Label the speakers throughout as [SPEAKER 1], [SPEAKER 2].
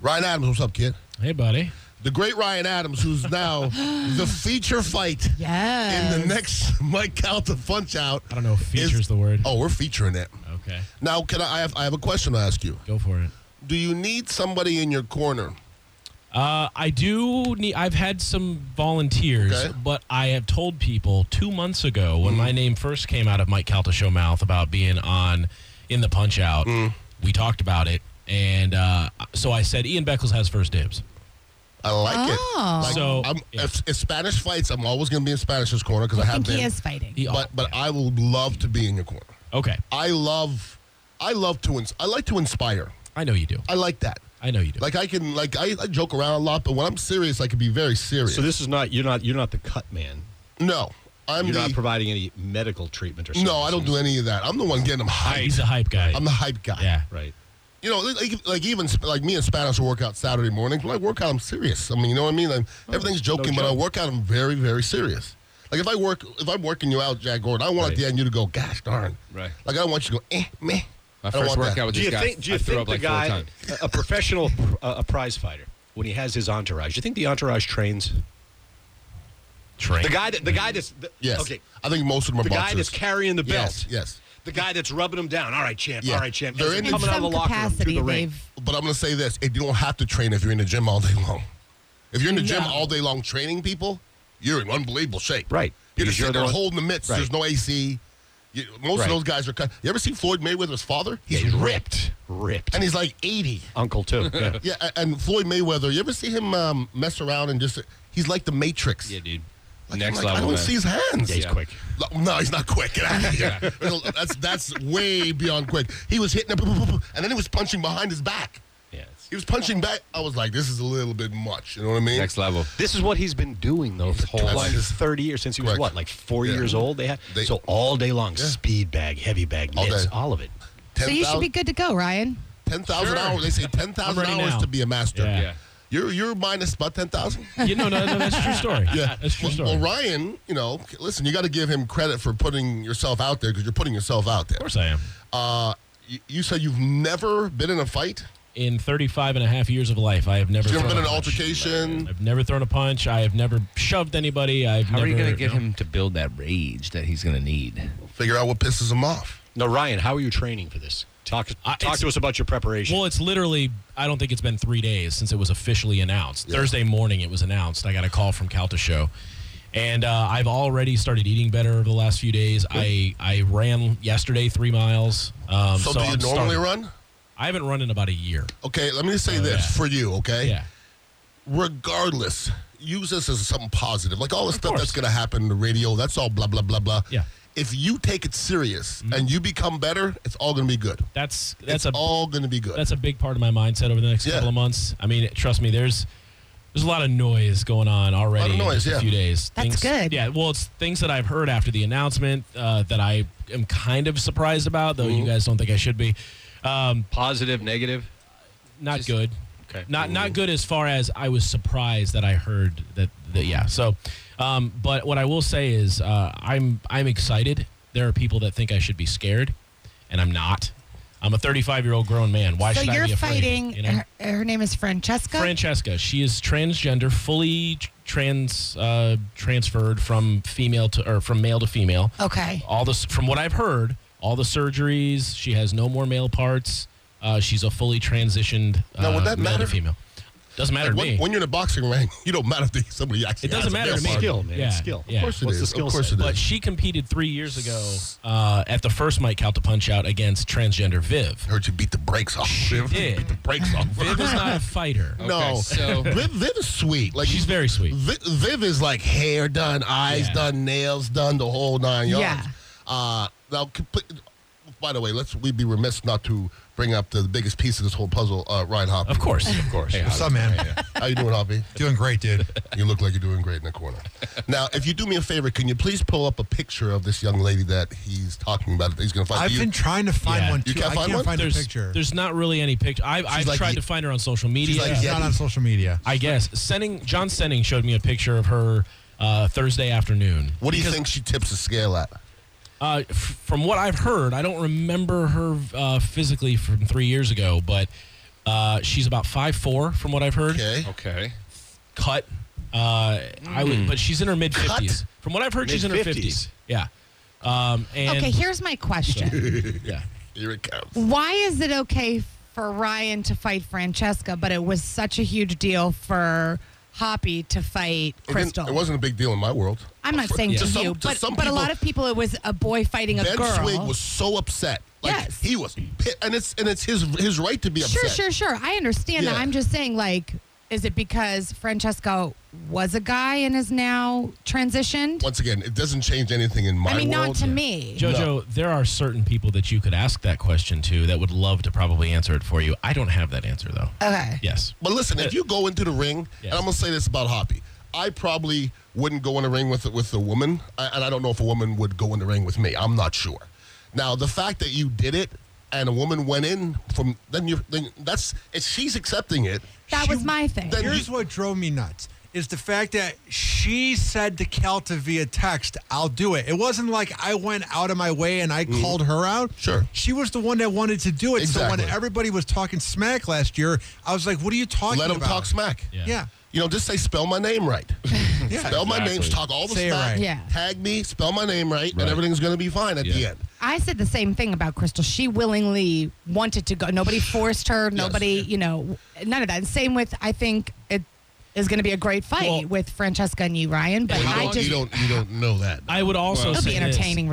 [SPEAKER 1] Ryan Adams, what's up, kid?
[SPEAKER 2] Hey, buddy.
[SPEAKER 1] The great Ryan Adams, who's now the feature fight
[SPEAKER 3] Yes.
[SPEAKER 1] in the next Mike Calta punch out.
[SPEAKER 2] I don't know if feature's the word.
[SPEAKER 1] Oh, we're featuring it.
[SPEAKER 2] Okay.
[SPEAKER 1] Now, can I, I have I have a question to ask you?
[SPEAKER 2] Go for it.
[SPEAKER 1] Do you need somebody in your corner?
[SPEAKER 2] Uh, I do need. I've had some volunteers,
[SPEAKER 1] Okay. Mm.
[SPEAKER 2] but I have told people two months ago when my name first came out of Mike Calta show mouth about being on in the Punch Out.
[SPEAKER 1] Mm.
[SPEAKER 2] We talked about it, and uh, so I said Ian Beckles has first dibs.
[SPEAKER 1] I like
[SPEAKER 3] Oh.
[SPEAKER 1] it. Like,
[SPEAKER 2] So,
[SPEAKER 1] I'm,
[SPEAKER 2] yeah.
[SPEAKER 1] if, if Spanish fights, I'm always going to be in Spanish's corner because I,
[SPEAKER 3] I
[SPEAKER 1] have
[SPEAKER 3] think
[SPEAKER 1] been.
[SPEAKER 3] he is fighting.
[SPEAKER 2] He-
[SPEAKER 1] But but I will love to be in your corner.
[SPEAKER 2] Okay,
[SPEAKER 1] I love, I love to. Ins- I like to inspire.
[SPEAKER 2] I know you do.
[SPEAKER 1] I like that.
[SPEAKER 2] I know you do.
[SPEAKER 1] Like I can like I, I joke around a lot, but when I'm serious, I can be very serious.
[SPEAKER 4] So this is not you're not you're not the cut man.
[SPEAKER 1] no, I'm
[SPEAKER 4] You're
[SPEAKER 1] the
[SPEAKER 4] not providing any medical treatment or something.
[SPEAKER 1] no. I don't do any of that. I'm the one getting them hyped.
[SPEAKER 2] Ah, He's a hype guy.
[SPEAKER 1] I'm the hype guy.
[SPEAKER 2] yeah.
[SPEAKER 4] Right.
[SPEAKER 1] You know, like, like even like me and Spanish will work out Saturday mornings. When I work out, I'm serious. I mean, you know what I mean? Like, everything's joking, but I
[SPEAKER 4] joke.
[SPEAKER 1] work out. I'm very very serious. Like if I work if I'm working you out, Jack Gordon, I want at
[SPEAKER 4] Right.
[SPEAKER 1] the end you to go, gosh darn.
[SPEAKER 5] Right.
[SPEAKER 1] Like I don't want you to go, eh, meh.
[SPEAKER 5] My
[SPEAKER 1] I don't
[SPEAKER 5] first
[SPEAKER 1] want
[SPEAKER 5] workout
[SPEAKER 1] that.
[SPEAKER 5] with
[SPEAKER 4] Do
[SPEAKER 5] these
[SPEAKER 4] you
[SPEAKER 5] guys,
[SPEAKER 4] think do you
[SPEAKER 5] I threw
[SPEAKER 4] think
[SPEAKER 5] up
[SPEAKER 4] the
[SPEAKER 5] like four
[SPEAKER 4] guy
[SPEAKER 5] times.
[SPEAKER 4] a, a professional a, a prize fighter when he has his entourage, you think the entourage trains?
[SPEAKER 2] Train.
[SPEAKER 4] The guy that the guy that's the,
[SPEAKER 1] Yes.
[SPEAKER 4] okay.
[SPEAKER 1] I think most of them are
[SPEAKER 4] The guy
[SPEAKER 1] boxers.
[SPEAKER 4] that's carrying the belt.
[SPEAKER 1] Yes, yes.
[SPEAKER 4] The guy that's rubbing him down. All right, champ.
[SPEAKER 1] Yeah.
[SPEAKER 4] All right, champ.
[SPEAKER 1] They're
[SPEAKER 4] As
[SPEAKER 1] in
[SPEAKER 4] they're
[SPEAKER 1] the-
[SPEAKER 4] coming out of the
[SPEAKER 3] Some
[SPEAKER 4] locker room through
[SPEAKER 3] capacity,
[SPEAKER 4] the ring.
[SPEAKER 3] they've
[SPEAKER 1] But I'm gonna say this: it, you don't have to train if you're in the gym all day long. If you're in the gym
[SPEAKER 3] No.
[SPEAKER 1] all day long training people, you're in unbelievable shape.
[SPEAKER 4] Right.
[SPEAKER 1] You're just
[SPEAKER 4] Because you're
[SPEAKER 1] sitting there
[SPEAKER 4] the one-
[SPEAKER 1] holding the mitts.
[SPEAKER 4] Right.
[SPEAKER 1] There's no AC. You, most of
[SPEAKER 4] Right.
[SPEAKER 1] those guys are cut. You ever see Floyd Mayweather's father? He's,
[SPEAKER 4] he's
[SPEAKER 1] ripped.
[SPEAKER 4] ripped.
[SPEAKER 1] and he's like 80.
[SPEAKER 4] uncle too. Yeah.
[SPEAKER 1] Yeah, a- and Floyd Mayweather. You ever see him um, mess around and just? He's like the Matrix.
[SPEAKER 5] Yeah, dude.
[SPEAKER 1] Like,
[SPEAKER 5] Next
[SPEAKER 1] I'm like,
[SPEAKER 5] level.
[SPEAKER 1] I don't
[SPEAKER 5] man.
[SPEAKER 1] see his hands.
[SPEAKER 4] Yeah, he's
[SPEAKER 5] Yeah.
[SPEAKER 4] quick.
[SPEAKER 1] No, no, he's not quick. Get out of here. that's that's way beyond quick. He was hitting, and then he was punching behind his back.
[SPEAKER 4] Yeah. it's-
[SPEAKER 1] He was punching back. I was like, this is a little bit much. You know what I mean?
[SPEAKER 5] Next level.
[SPEAKER 4] This is what he's been doing though for
[SPEAKER 5] whole
[SPEAKER 4] 20,
[SPEAKER 1] life.
[SPEAKER 4] 30 years since he was
[SPEAKER 1] Correct.
[SPEAKER 4] what, like four
[SPEAKER 1] Yeah.
[SPEAKER 4] years old. They had
[SPEAKER 1] They-
[SPEAKER 4] so all day long,
[SPEAKER 1] Yeah.
[SPEAKER 4] speed bag, heavy bag,
[SPEAKER 1] All
[SPEAKER 4] mitts,
[SPEAKER 1] day.
[SPEAKER 4] all of it.
[SPEAKER 3] So you should be
[SPEAKER 1] 10,000
[SPEAKER 3] good to go, Ryan.
[SPEAKER 1] 10,000 hours. They say 10,000
[SPEAKER 2] ready
[SPEAKER 1] hours
[SPEAKER 2] now.
[SPEAKER 1] to be a master.
[SPEAKER 2] Yeah.
[SPEAKER 5] Yeah.
[SPEAKER 1] You're, you're minus about 10,000?
[SPEAKER 2] You know, no, no, that's a true story. that's a true
[SPEAKER 1] Well,
[SPEAKER 2] story.
[SPEAKER 1] well, Ryan, you know, listen, you got to give him credit for putting yourself out there because you're putting yourself out there.
[SPEAKER 2] Of course, I am.
[SPEAKER 1] Uh, you, you said you've never been in a fight?
[SPEAKER 2] In 35 and a half years of life, I have never.
[SPEAKER 1] You've never
[SPEAKER 2] thrown
[SPEAKER 1] been in
[SPEAKER 2] a
[SPEAKER 1] an
[SPEAKER 2] punch.
[SPEAKER 1] altercation?
[SPEAKER 2] I've never thrown a punch. I have never shoved anybody. I've
[SPEAKER 5] How
[SPEAKER 2] never,
[SPEAKER 5] are you going to get
[SPEAKER 2] no.
[SPEAKER 5] him to build that rage that he's going to need?
[SPEAKER 1] Figure out what pisses him off.
[SPEAKER 4] Now, Ryan, how are you training for this? Talk
[SPEAKER 2] Uh,
[SPEAKER 4] talk
[SPEAKER 2] it's-
[SPEAKER 4] to us about your preparation.
[SPEAKER 2] Well, it's literally, I don't think it's been three days since it was officially announced. Thursday morning it was announced. I got a call from Calta Show. And uh, I've already started eating better over the last few days. I, I ran yesterday three miles. Um,
[SPEAKER 1] So, do you
[SPEAKER 2] I'm
[SPEAKER 1] normally
[SPEAKER 2] starting-
[SPEAKER 1] run?
[SPEAKER 2] I haven't run in about a year.
[SPEAKER 1] Okay, let me just say this
[SPEAKER 2] Oh, yeah.
[SPEAKER 1] for you, okay?
[SPEAKER 2] Yeah.
[SPEAKER 1] regardless, use this as something positive. Like all the stuff
[SPEAKER 2] course.
[SPEAKER 1] that's going to happen in the radio, that's all blah, blah, blah, blah.
[SPEAKER 2] Yeah.
[SPEAKER 1] If you take it serious and you become better, it's all going to be good.
[SPEAKER 2] That's
[SPEAKER 1] it's
[SPEAKER 2] that's a
[SPEAKER 1] all going to be good.
[SPEAKER 2] that's a big part of my mindset over the next
[SPEAKER 1] Yeah.
[SPEAKER 2] couple of months. I mean, trust me, there's there's a lot of noise going on
[SPEAKER 1] Lot
[SPEAKER 2] already.
[SPEAKER 1] of
[SPEAKER 2] in
[SPEAKER 1] noise,
[SPEAKER 2] just
[SPEAKER 1] yeah.
[SPEAKER 2] A few days.
[SPEAKER 3] That's good.
[SPEAKER 2] Yeah. Well, it's things that I've heard after the announcement uh, that I am kind of surprised about, though
[SPEAKER 1] Mm-hmm.
[SPEAKER 2] you guys don't think I should be. Um,
[SPEAKER 5] Positive, negative?
[SPEAKER 2] not
[SPEAKER 5] Just-
[SPEAKER 2] good.
[SPEAKER 5] Okay.
[SPEAKER 2] Not
[SPEAKER 1] Mm-hmm.
[SPEAKER 2] not good as far as I was surprised that I heard that. that yeah. So, um, but what I will say is uh, I'm I'm excited. There are people that think I should be scared, and I'm not. I'm a 35 year old grown man. Why
[SPEAKER 3] so
[SPEAKER 2] should I
[SPEAKER 3] you're
[SPEAKER 2] be afraid?
[SPEAKER 3] fighting.
[SPEAKER 2] you know?
[SPEAKER 3] her, her name is Francesca.
[SPEAKER 2] Francesca. She is transgender, fully tr- trans uh, transferred from female to or from male to female.
[SPEAKER 3] Okay.
[SPEAKER 2] All this from what I've heard, all the surgeries. She has no more male parts. Uh, she's a fully transitioned uh,
[SPEAKER 1] Now, would that
[SPEAKER 2] male
[SPEAKER 1] matter?
[SPEAKER 2] to female. Doesn't matter
[SPEAKER 1] Like,
[SPEAKER 2] to
[SPEAKER 1] when,
[SPEAKER 2] me.
[SPEAKER 1] when you're in a boxing ring, you don't matter if they- somebody actually
[SPEAKER 2] it
[SPEAKER 1] has
[SPEAKER 2] doesn't
[SPEAKER 1] a
[SPEAKER 2] matter to
[SPEAKER 1] male
[SPEAKER 2] me.
[SPEAKER 1] partner.
[SPEAKER 4] Skill, man,
[SPEAKER 2] Yeah.
[SPEAKER 4] skill.
[SPEAKER 2] Yeah.
[SPEAKER 1] Of course it
[SPEAKER 4] What's
[SPEAKER 1] is.
[SPEAKER 4] the skill
[SPEAKER 1] of course
[SPEAKER 4] set?
[SPEAKER 1] it is.
[SPEAKER 2] But she competed three years ago uh, at the first Mike Calta Punch Out against transgender Viv.
[SPEAKER 1] heard you beat the brakes off. Viv,
[SPEAKER 2] did.
[SPEAKER 1] beat the brakes off.
[SPEAKER 2] Viv is not a fighter.
[SPEAKER 1] No,
[SPEAKER 5] Okay, so-
[SPEAKER 1] Viv, Viv is sweet. Like
[SPEAKER 2] She's very sweet.
[SPEAKER 1] Vi- Viv is like hair done, eyes
[SPEAKER 2] Yeah.
[SPEAKER 1] done, nails done, the whole nine yards.
[SPEAKER 3] Yeah.
[SPEAKER 1] Uh, now, comp- by the way, let's we'd be remiss not to bring up the biggest piece of this whole puzzle, uh, Ryan Hoppe.
[SPEAKER 2] Of course, of course.
[SPEAKER 6] What's up, man?
[SPEAKER 1] How you doing, Hoppy?
[SPEAKER 6] Doing great, dude.
[SPEAKER 1] You look like you're doing great in the corner. Now, if you do me a favor, can you please pull up a picture of this young lady that he's talking about? That he's going to fight.
[SPEAKER 6] I've
[SPEAKER 1] Do you,
[SPEAKER 6] been trying to find
[SPEAKER 2] Yeah.
[SPEAKER 6] one
[SPEAKER 1] You
[SPEAKER 6] too.
[SPEAKER 1] can't
[SPEAKER 6] I
[SPEAKER 1] find
[SPEAKER 6] can't
[SPEAKER 1] one?
[SPEAKER 6] find
[SPEAKER 2] there's,
[SPEAKER 6] a picture.
[SPEAKER 2] There's not really any picture. I've, I've
[SPEAKER 1] like
[SPEAKER 2] tried
[SPEAKER 1] ye-
[SPEAKER 2] to find her on social media.
[SPEAKER 1] like
[SPEAKER 6] It's
[SPEAKER 1] yeah.
[SPEAKER 6] not on social media.
[SPEAKER 2] I guess. Sending John Senning showed me a picture of her uh, Thursday afternoon.
[SPEAKER 1] what do you
[SPEAKER 2] Because,
[SPEAKER 1] think she tips the scale at?
[SPEAKER 2] Uh, f- from what I've heard, I don't remember her uh, physically from three years ago, but Uh, she's about five four, from what I've heard.
[SPEAKER 1] Okay.
[SPEAKER 5] Okay.
[SPEAKER 2] Cut. Uh, I would, but she's in her mid fifties. From what I've heard, she's in her
[SPEAKER 4] Mid-fifties.
[SPEAKER 2] fifties. Yeah. Um, and
[SPEAKER 3] okay, here's my question.
[SPEAKER 2] yeah.
[SPEAKER 1] Here it comes.
[SPEAKER 3] Why is it okay for Ryan to fight Francesca, but it was such a huge deal for Hoppy to
[SPEAKER 1] It
[SPEAKER 3] fight
[SPEAKER 1] didn't-
[SPEAKER 3] Crystal?
[SPEAKER 1] It wasn't a big deal in my world.
[SPEAKER 3] I'm not saying
[SPEAKER 1] Yeah.
[SPEAKER 3] to,
[SPEAKER 1] To some-
[SPEAKER 3] you,
[SPEAKER 1] to
[SPEAKER 3] but,
[SPEAKER 1] some
[SPEAKER 3] but a lot
[SPEAKER 1] people-
[SPEAKER 3] of people, it was a boy fighting a
[SPEAKER 1] ben
[SPEAKER 3] girl.
[SPEAKER 1] Swig was so upset. Like,
[SPEAKER 3] Yes.
[SPEAKER 1] He was pit, and it's and it's his his right to be upset.
[SPEAKER 3] sure, sure, sure. I understand that.
[SPEAKER 1] Yeah.
[SPEAKER 3] I'm just saying, like, is it because Francesco was a guy and is now transitioned?
[SPEAKER 1] Once again, it doesn't change anything in my
[SPEAKER 3] I mean,
[SPEAKER 1] world.
[SPEAKER 3] not to me.
[SPEAKER 2] Jojo, there are certain people that you could ask that question to that would love to probably answer it for you. I don't have that answer though.
[SPEAKER 3] okay.
[SPEAKER 2] Yes.
[SPEAKER 1] But listen, if you go into the ring,
[SPEAKER 2] Yes.
[SPEAKER 1] and I'm gonna say this about Hoppy, I probably wouldn't go in the ring with with a woman, I, and I don't know if a woman would go in the ring with me. I'm not sure. Now, the fact that you did it and a woman went in from then you then that's if she's accepting it.
[SPEAKER 3] That
[SPEAKER 1] she-
[SPEAKER 3] was my thing.
[SPEAKER 1] Then
[SPEAKER 6] Here's
[SPEAKER 1] you-
[SPEAKER 6] what drove me nuts is the fact that she said to Kelta via text, I'll do it. It wasn't like I went out of my way and I called her out.
[SPEAKER 1] Mm-hmm. Sure.
[SPEAKER 6] She was the one that wanted to do it. So when
[SPEAKER 1] Exactly.
[SPEAKER 6] everybody was talking smack last year, I was like, what are you talking
[SPEAKER 1] let
[SPEAKER 6] about?
[SPEAKER 1] him talk smack.
[SPEAKER 2] Yeah.
[SPEAKER 6] Yeah.
[SPEAKER 1] You know, just say spell my name right.
[SPEAKER 6] Yeah.
[SPEAKER 1] Spell my name,
[SPEAKER 5] Exactly.
[SPEAKER 1] talk all the
[SPEAKER 6] Say it
[SPEAKER 1] smack,
[SPEAKER 6] right.
[SPEAKER 3] Yeah.
[SPEAKER 1] tag me, spell my name right,
[SPEAKER 5] Right.
[SPEAKER 1] and everything's gonna be fine at the
[SPEAKER 5] Yeah.
[SPEAKER 1] end.
[SPEAKER 3] I said the same thing about Crystal. She willingly wanted to go. Nobody forced her. Nobody, you know, none of that. And same with, I think it is going to be a great fight
[SPEAKER 2] Well-
[SPEAKER 3] with Francesca and you, Ryan. But
[SPEAKER 1] Well, you,
[SPEAKER 3] I
[SPEAKER 1] don't,
[SPEAKER 3] just,
[SPEAKER 1] you don't you don't know that.
[SPEAKER 2] I would also
[SPEAKER 3] it'll
[SPEAKER 2] say
[SPEAKER 3] be entertaining
[SPEAKER 2] This.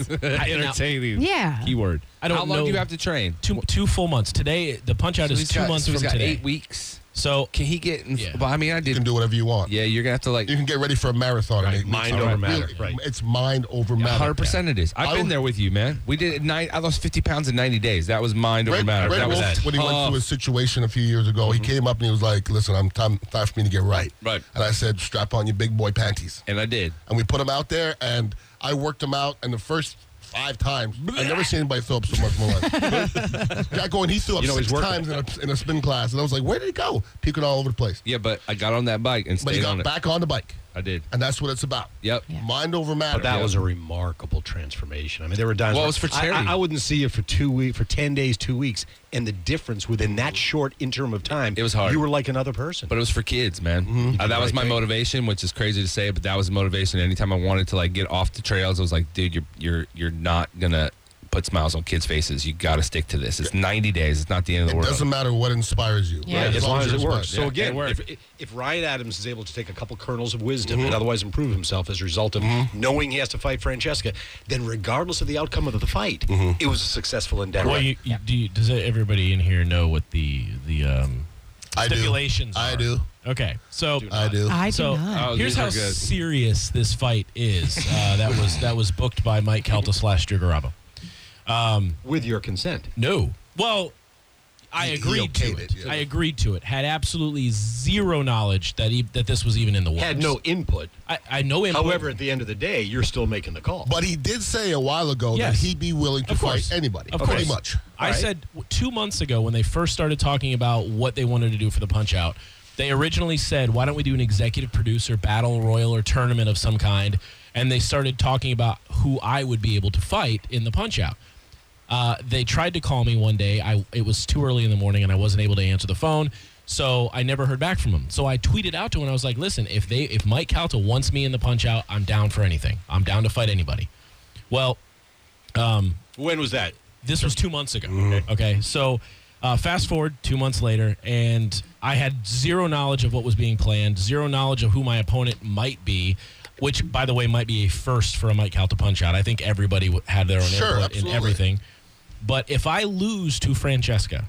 [SPEAKER 2] I- now,
[SPEAKER 5] Entertaining.
[SPEAKER 3] Yeah.
[SPEAKER 5] Keyword.
[SPEAKER 2] I don't
[SPEAKER 5] How long
[SPEAKER 2] know-
[SPEAKER 5] do you have to train?
[SPEAKER 2] Two two full months. Today the punch out
[SPEAKER 5] So
[SPEAKER 2] is
[SPEAKER 5] he's
[SPEAKER 2] two
[SPEAKER 5] got-
[SPEAKER 2] months
[SPEAKER 5] so he's
[SPEAKER 2] from
[SPEAKER 5] got
[SPEAKER 2] today.
[SPEAKER 5] Eight weeks.
[SPEAKER 2] So
[SPEAKER 5] Can he get? In,
[SPEAKER 2] Yeah.
[SPEAKER 5] Well, I mean, I
[SPEAKER 1] You can
[SPEAKER 5] did.
[SPEAKER 1] do whatever you want.
[SPEAKER 5] Yeah, you're gonna have to like.
[SPEAKER 1] You can get ready for a marathon. in
[SPEAKER 4] Right,
[SPEAKER 1] eight weeks.
[SPEAKER 4] mind
[SPEAKER 1] All
[SPEAKER 4] over
[SPEAKER 1] right,
[SPEAKER 4] matter,
[SPEAKER 1] really,
[SPEAKER 4] right.
[SPEAKER 1] It's mind over matter.
[SPEAKER 5] Hundred percent, it is. I've
[SPEAKER 1] I
[SPEAKER 5] been
[SPEAKER 1] don't-
[SPEAKER 5] there with you, man. We did it nine. I lost fifty pounds in ninety days. That was mind over
[SPEAKER 1] Red,
[SPEAKER 5] matter.
[SPEAKER 1] Red
[SPEAKER 5] that was
[SPEAKER 1] Wolf,
[SPEAKER 5] that.
[SPEAKER 1] when he went
[SPEAKER 5] Oh.
[SPEAKER 1] through his situation a few years ago, he came up and he was like, "Listen, I'm time, time for me to get right."
[SPEAKER 5] Right.
[SPEAKER 1] And I said, "Strap on your big boy panties."
[SPEAKER 5] and I did.
[SPEAKER 1] And we put him out there, and I worked him out. And the first five times, I never seen anybody throw up so much in my life. Jack Owen, he threw up
[SPEAKER 4] You know,
[SPEAKER 1] six
[SPEAKER 4] he's working.
[SPEAKER 1] times in a, in a spin class, and I was like, "Where did he go?" Puking all over the place.
[SPEAKER 5] Yeah, but I got on that bike and
[SPEAKER 1] But
[SPEAKER 5] stayed
[SPEAKER 1] he got
[SPEAKER 5] on it.
[SPEAKER 1] back on the bike,
[SPEAKER 5] I did.
[SPEAKER 1] and that's what it's about.
[SPEAKER 5] Yep.
[SPEAKER 3] Yeah.
[SPEAKER 1] Mind over matter.
[SPEAKER 4] But that
[SPEAKER 5] Yeah.
[SPEAKER 4] was a remarkable transformation. I mean, there were times.
[SPEAKER 5] Well,
[SPEAKER 4] where
[SPEAKER 5] it was for
[SPEAKER 4] I-
[SPEAKER 5] charity.
[SPEAKER 4] I, I wouldn't see you for two weeks, for ten days, two weeks, and the difference within that short interim of time.
[SPEAKER 5] It was hard.
[SPEAKER 4] You were like another person.
[SPEAKER 5] But it was for kids, man.
[SPEAKER 1] Mm-hmm.
[SPEAKER 5] Uh, that was my motivation, which is crazy to say, but that was the motivation. Anytime I wanted to like get off the trails, I was like, dude, you're you're you're not gonna put smiles on kids' faces. You got to stick to this. It's ninety days. It's not the end of the
[SPEAKER 1] It
[SPEAKER 5] world.
[SPEAKER 1] doesn't matter what inspires you.
[SPEAKER 3] Yeah.
[SPEAKER 4] as long as it
[SPEAKER 1] you're
[SPEAKER 4] works. Mm-hmm. So
[SPEAKER 1] inspired.
[SPEAKER 5] Yeah,
[SPEAKER 4] again,
[SPEAKER 5] it worked.
[SPEAKER 4] if, if Ryan Adams is able to take a couple kernels of wisdom and otherwise improve himself as a result of knowing he has to fight Francesca, then regardless of the outcome of the fight, it was a successful endeavor.
[SPEAKER 2] well, you, you, do you, does everybody in here know what the the um,
[SPEAKER 1] I do.
[SPEAKER 2] stipulations?
[SPEAKER 1] I
[SPEAKER 2] are? Uh-huh.
[SPEAKER 1] do.
[SPEAKER 2] Okay, so
[SPEAKER 1] I do.
[SPEAKER 3] I do
[SPEAKER 2] so
[SPEAKER 3] not.
[SPEAKER 5] Oh,
[SPEAKER 2] here's
[SPEAKER 5] these are
[SPEAKER 2] how
[SPEAKER 5] good.
[SPEAKER 2] serious this fight is. Uh, that was that was booked by Mike Calta slash Drew Garabo.
[SPEAKER 4] with your consent.
[SPEAKER 2] No. Well, I
[SPEAKER 1] He- he
[SPEAKER 2] agreed to
[SPEAKER 1] okayed
[SPEAKER 2] it.
[SPEAKER 1] it, yeah.
[SPEAKER 2] I agreed to it. Had absolutely zero knowledge that he, that this was even in the works.
[SPEAKER 4] Had no input.
[SPEAKER 2] I, I know him.
[SPEAKER 4] However, at the end of the day, you're still making the call.
[SPEAKER 1] But he did say a while ago
[SPEAKER 2] Yes.
[SPEAKER 1] that he'd be willing to
[SPEAKER 2] Of
[SPEAKER 1] fight
[SPEAKER 2] course.
[SPEAKER 1] anybody.
[SPEAKER 2] Of
[SPEAKER 1] pretty
[SPEAKER 2] course.
[SPEAKER 1] much.
[SPEAKER 2] I
[SPEAKER 4] All right.
[SPEAKER 2] said w- two months ago when they first started talking about what they wanted to do for the punch out, they originally said, why don't we do an executive producer battle royal or tournament of some kind? And they started talking about who I would be able to fight in the punch out. Uh, they tried to call me one day. I, it was too early in the morning and I wasn't able to answer the phone. So I never heard back from him. So I tweeted out to him. I was like, "Listen, if they, if Mike Calta wants me in the punch out, I'm down for anything. I'm down to fight anybody." Well,
[SPEAKER 4] when was that?
[SPEAKER 2] this was two months ago.
[SPEAKER 1] Mm-hmm.
[SPEAKER 2] Okay. So uh, fast forward two months later, and I had zero knowledge of what was being planned, zero knowledge of who my opponent might be, which, by the way, might be a first for a Mike Calta punch out. I think everybody w- had their own
[SPEAKER 1] Sure,
[SPEAKER 2] input
[SPEAKER 1] absolutely.
[SPEAKER 2] in everything. But if I lose to Francesca,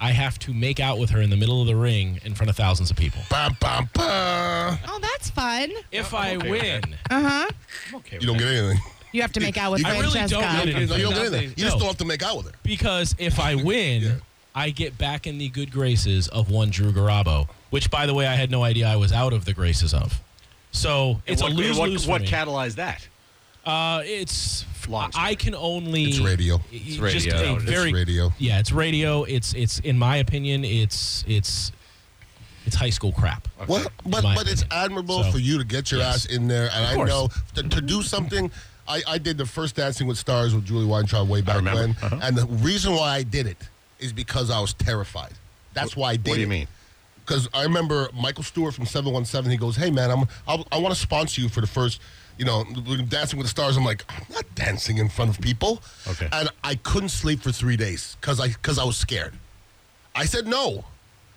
[SPEAKER 2] I have to make out with her in the middle of the ring in front of thousands of people.
[SPEAKER 1] Bam, bam, bam.
[SPEAKER 3] oh, that's fun. Uh-huh.
[SPEAKER 2] If
[SPEAKER 1] Oh,
[SPEAKER 2] I win,
[SPEAKER 1] You don't get anything.
[SPEAKER 3] You have to make out with
[SPEAKER 1] I
[SPEAKER 2] really don't
[SPEAKER 3] Francesca.
[SPEAKER 2] get it.
[SPEAKER 1] No, you don't get anything. You just
[SPEAKER 2] No.
[SPEAKER 1] don't have to make out with her.
[SPEAKER 2] because if I win, I get back in the good graces of one Drew Garabo, which, by the way, I had no idea I was out of the graces of. So it's
[SPEAKER 4] what,
[SPEAKER 2] a
[SPEAKER 4] and
[SPEAKER 2] lose
[SPEAKER 4] What,
[SPEAKER 2] lose for
[SPEAKER 4] what
[SPEAKER 2] me.
[SPEAKER 4] catalyzed that?
[SPEAKER 2] uh, it's
[SPEAKER 4] Long story.
[SPEAKER 2] I can only
[SPEAKER 1] It's radio.
[SPEAKER 2] It's
[SPEAKER 5] radio.
[SPEAKER 2] Just a
[SPEAKER 5] It's
[SPEAKER 2] very,
[SPEAKER 1] radio.
[SPEAKER 2] Yeah, it's radio. It's it's in my opinion, it's it's it's high school crap.
[SPEAKER 1] Well, but
[SPEAKER 2] my
[SPEAKER 1] but it's
[SPEAKER 2] opinion.
[SPEAKER 1] admirable
[SPEAKER 2] So,
[SPEAKER 1] for you to get your
[SPEAKER 2] yes.
[SPEAKER 1] ass in there, and I
[SPEAKER 2] course.
[SPEAKER 1] know to, to do something. I, I did the first Dancing with Stars with Julie Weintraub way back
[SPEAKER 4] remember. Uh-huh.
[SPEAKER 1] when, and the reason why I did it is because I was terrified. That's why I did
[SPEAKER 4] what do you
[SPEAKER 1] it.
[SPEAKER 4] mean?
[SPEAKER 1] Because I remember Michael Stewart from 717, he goes, Hey, man, I'm, I, I want to sponsor you for the first, you know, Dancing with the Stars. I'm like, I'm not dancing in front of people.
[SPEAKER 4] Okay.
[SPEAKER 1] And I couldn't sleep for three days because I, cause I was scared. I said no.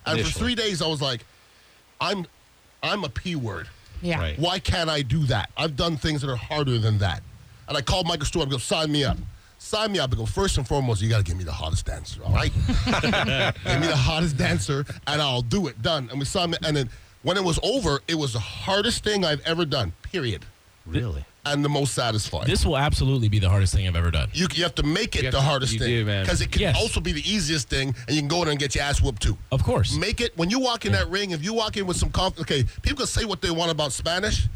[SPEAKER 1] And for
[SPEAKER 4] Initially.
[SPEAKER 1] three days, I was like, I'm, I'm a P word.
[SPEAKER 3] Yeah.
[SPEAKER 4] Right.
[SPEAKER 1] Why can't I do that? I've done things that are harder than that. And I called Michael Stewart. I go, sign me up. Sign me up. I go, first and foremost, you got to give me the hottest dancer, all right? give me the hottest dancer, and I'll do it. Done. And we signed me. And then when it was over, it was the hardest thing I've ever done, period.
[SPEAKER 4] Really?
[SPEAKER 1] And the most satisfying.
[SPEAKER 2] This will absolutely be the hardest thing I've ever done.
[SPEAKER 1] you, you have to make it
[SPEAKER 5] You have
[SPEAKER 1] the
[SPEAKER 5] to-
[SPEAKER 1] hardest
[SPEAKER 5] you
[SPEAKER 1] thing.
[SPEAKER 5] do, man.
[SPEAKER 1] Because it can
[SPEAKER 2] Yes.
[SPEAKER 1] also be the easiest thing, and you can go in and get your ass whooped too.
[SPEAKER 2] Of course.
[SPEAKER 1] Make it when you walk in that ring. If you walk in with some confidence, okay, people can say what they want about Spanish.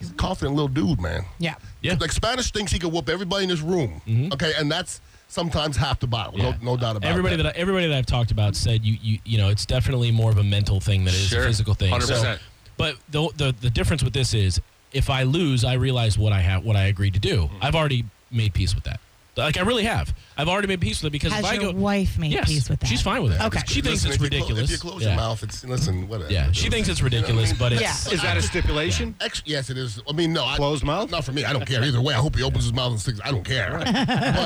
[SPEAKER 1] He's a confident little dude, man.
[SPEAKER 3] Yeah.
[SPEAKER 2] Yeah. Mm-hmm.
[SPEAKER 1] Like Spanish thinks he could whoop everybody in this room. Okay, and that's sometimes half the battle.
[SPEAKER 2] Yeah.
[SPEAKER 1] No, no doubt about
[SPEAKER 2] everybody
[SPEAKER 1] that.
[SPEAKER 2] that I, everybody that I've talked about said you you you know it's definitely more of a mental thing than it is
[SPEAKER 5] Sure.
[SPEAKER 2] a physical thing.
[SPEAKER 5] 100%.
[SPEAKER 2] but the, the the difference with this is if I lose, I realize what I have what I agreed to do.
[SPEAKER 1] Mm-hmm.
[SPEAKER 2] I've already made peace with that. Like I really have. I've already made peace with it because
[SPEAKER 3] Has
[SPEAKER 2] if I
[SPEAKER 3] your
[SPEAKER 2] go,
[SPEAKER 3] wife made
[SPEAKER 2] yes,
[SPEAKER 3] peace with that?
[SPEAKER 2] She's fine with it.
[SPEAKER 3] Okay.
[SPEAKER 2] she thinks
[SPEAKER 1] Listen,
[SPEAKER 2] it's
[SPEAKER 1] if you clo- if
[SPEAKER 2] ridiculous.
[SPEAKER 1] you close
[SPEAKER 2] yeah.
[SPEAKER 1] your mouth, it's listen, whatever.
[SPEAKER 2] yeah, she thinks it's ridiculous, but it's
[SPEAKER 3] Yeah.
[SPEAKER 4] Is that a stipulation?
[SPEAKER 1] Ex- yes, it is. I mean, no, I,
[SPEAKER 4] Closed mouth?
[SPEAKER 1] Not for me. I don't care either way. I hope he opens his mouth and sticks. I don't care. but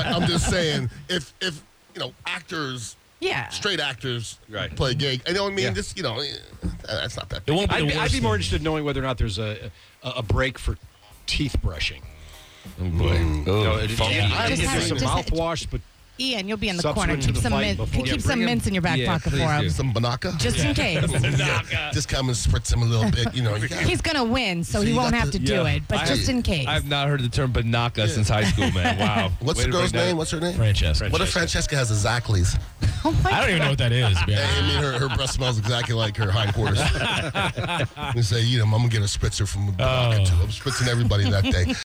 [SPEAKER 1] I'm just saying, if if you know actors,
[SPEAKER 3] Yeah.
[SPEAKER 1] straight actors,
[SPEAKER 5] Right.
[SPEAKER 1] play gay. You know what I mean?
[SPEAKER 5] Yeah.
[SPEAKER 1] This, you know, eh, that's not that.
[SPEAKER 2] it won't be the
[SPEAKER 4] I'd be,
[SPEAKER 2] worst
[SPEAKER 4] I'd be
[SPEAKER 2] thing.
[SPEAKER 4] more interested in knowing whether or not there's a, a, a break for teeth brushing.
[SPEAKER 5] Oh, boy. No, it-
[SPEAKER 4] Funky.
[SPEAKER 5] yeah.
[SPEAKER 4] I
[SPEAKER 3] Just
[SPEAKER 4] think
[SPEAKER 3] have-
[SPEAKER 4] there's some
[SPEAKER 3] just have-
[SPEAKER 4] mouthwash, but
[SPEAKER 3] Ian, you'll be in the
[SPEAKER 4] Subsequent
[SPEAKER 3] corner.
[SPEAKER 4] to
[SPEAKER 3] Keep
[SPEAKER 4] the
[SPEAKER 3] some
[SPEAKER 4] fight
[SPEAKER 3] mint.
[SPEAKER 4] before-
[SPEAKER 3] Keep
[SPEAKER 4] Yeah,
[SPEAKER 3] some
[SPEAKER 5] bring him-
[SPEAKER 3] mints in your back
[SPEAKER 5] Yeah,
[SPEAKER 3] pocket for
[SPEAKER 5] please
[SPEAKER 3] him,
[SPEAKER 5] do.
[SPEAKER 1] Some banaka.
[SPEAKER 3] just in case.
[SPEAKER 1] Just come and spritz him a little bit. You know, you gotta-
[SPEAKER 3] He's gonna win, so
[SPEAKER 1] So
[SPEAKER 3] he
[SPEAKER 1] you
[SPEAKER 3] won't
[SPEAKER 1] got
[SPEAKER 3] have to
[SPEAKER 1] the-
[SPEAKER 3] do
[SPEAKER 5] yeah.
[SPEAKER 3] it. But
[SPEAKER 5] I-
[SPEAKER 3] just in case.
[SPEAKER 5] I've not heard the term banaka since high school, man. Wow.
[SPEAKER 1] What's the
[SPEAKER 5] Way to bring
[SPEAKER 1] girl's
[SPEAKER 5] that-
[SPEAKER 1] name? What's her name?
[SPEAKER 2] Francesca.
[SPEAKER 1] What if Francesca has a Zachley's?
[SPEAKER 3] oh my
[SPEAKER 2] I don't even know what that is. to be honest.
[SPEAKER 1] I mean, her, her breast smells exactly like her hindquarters. and say, you know, I'm going to get a spritzer from a doctor, too. I'm spritzing everybody that day.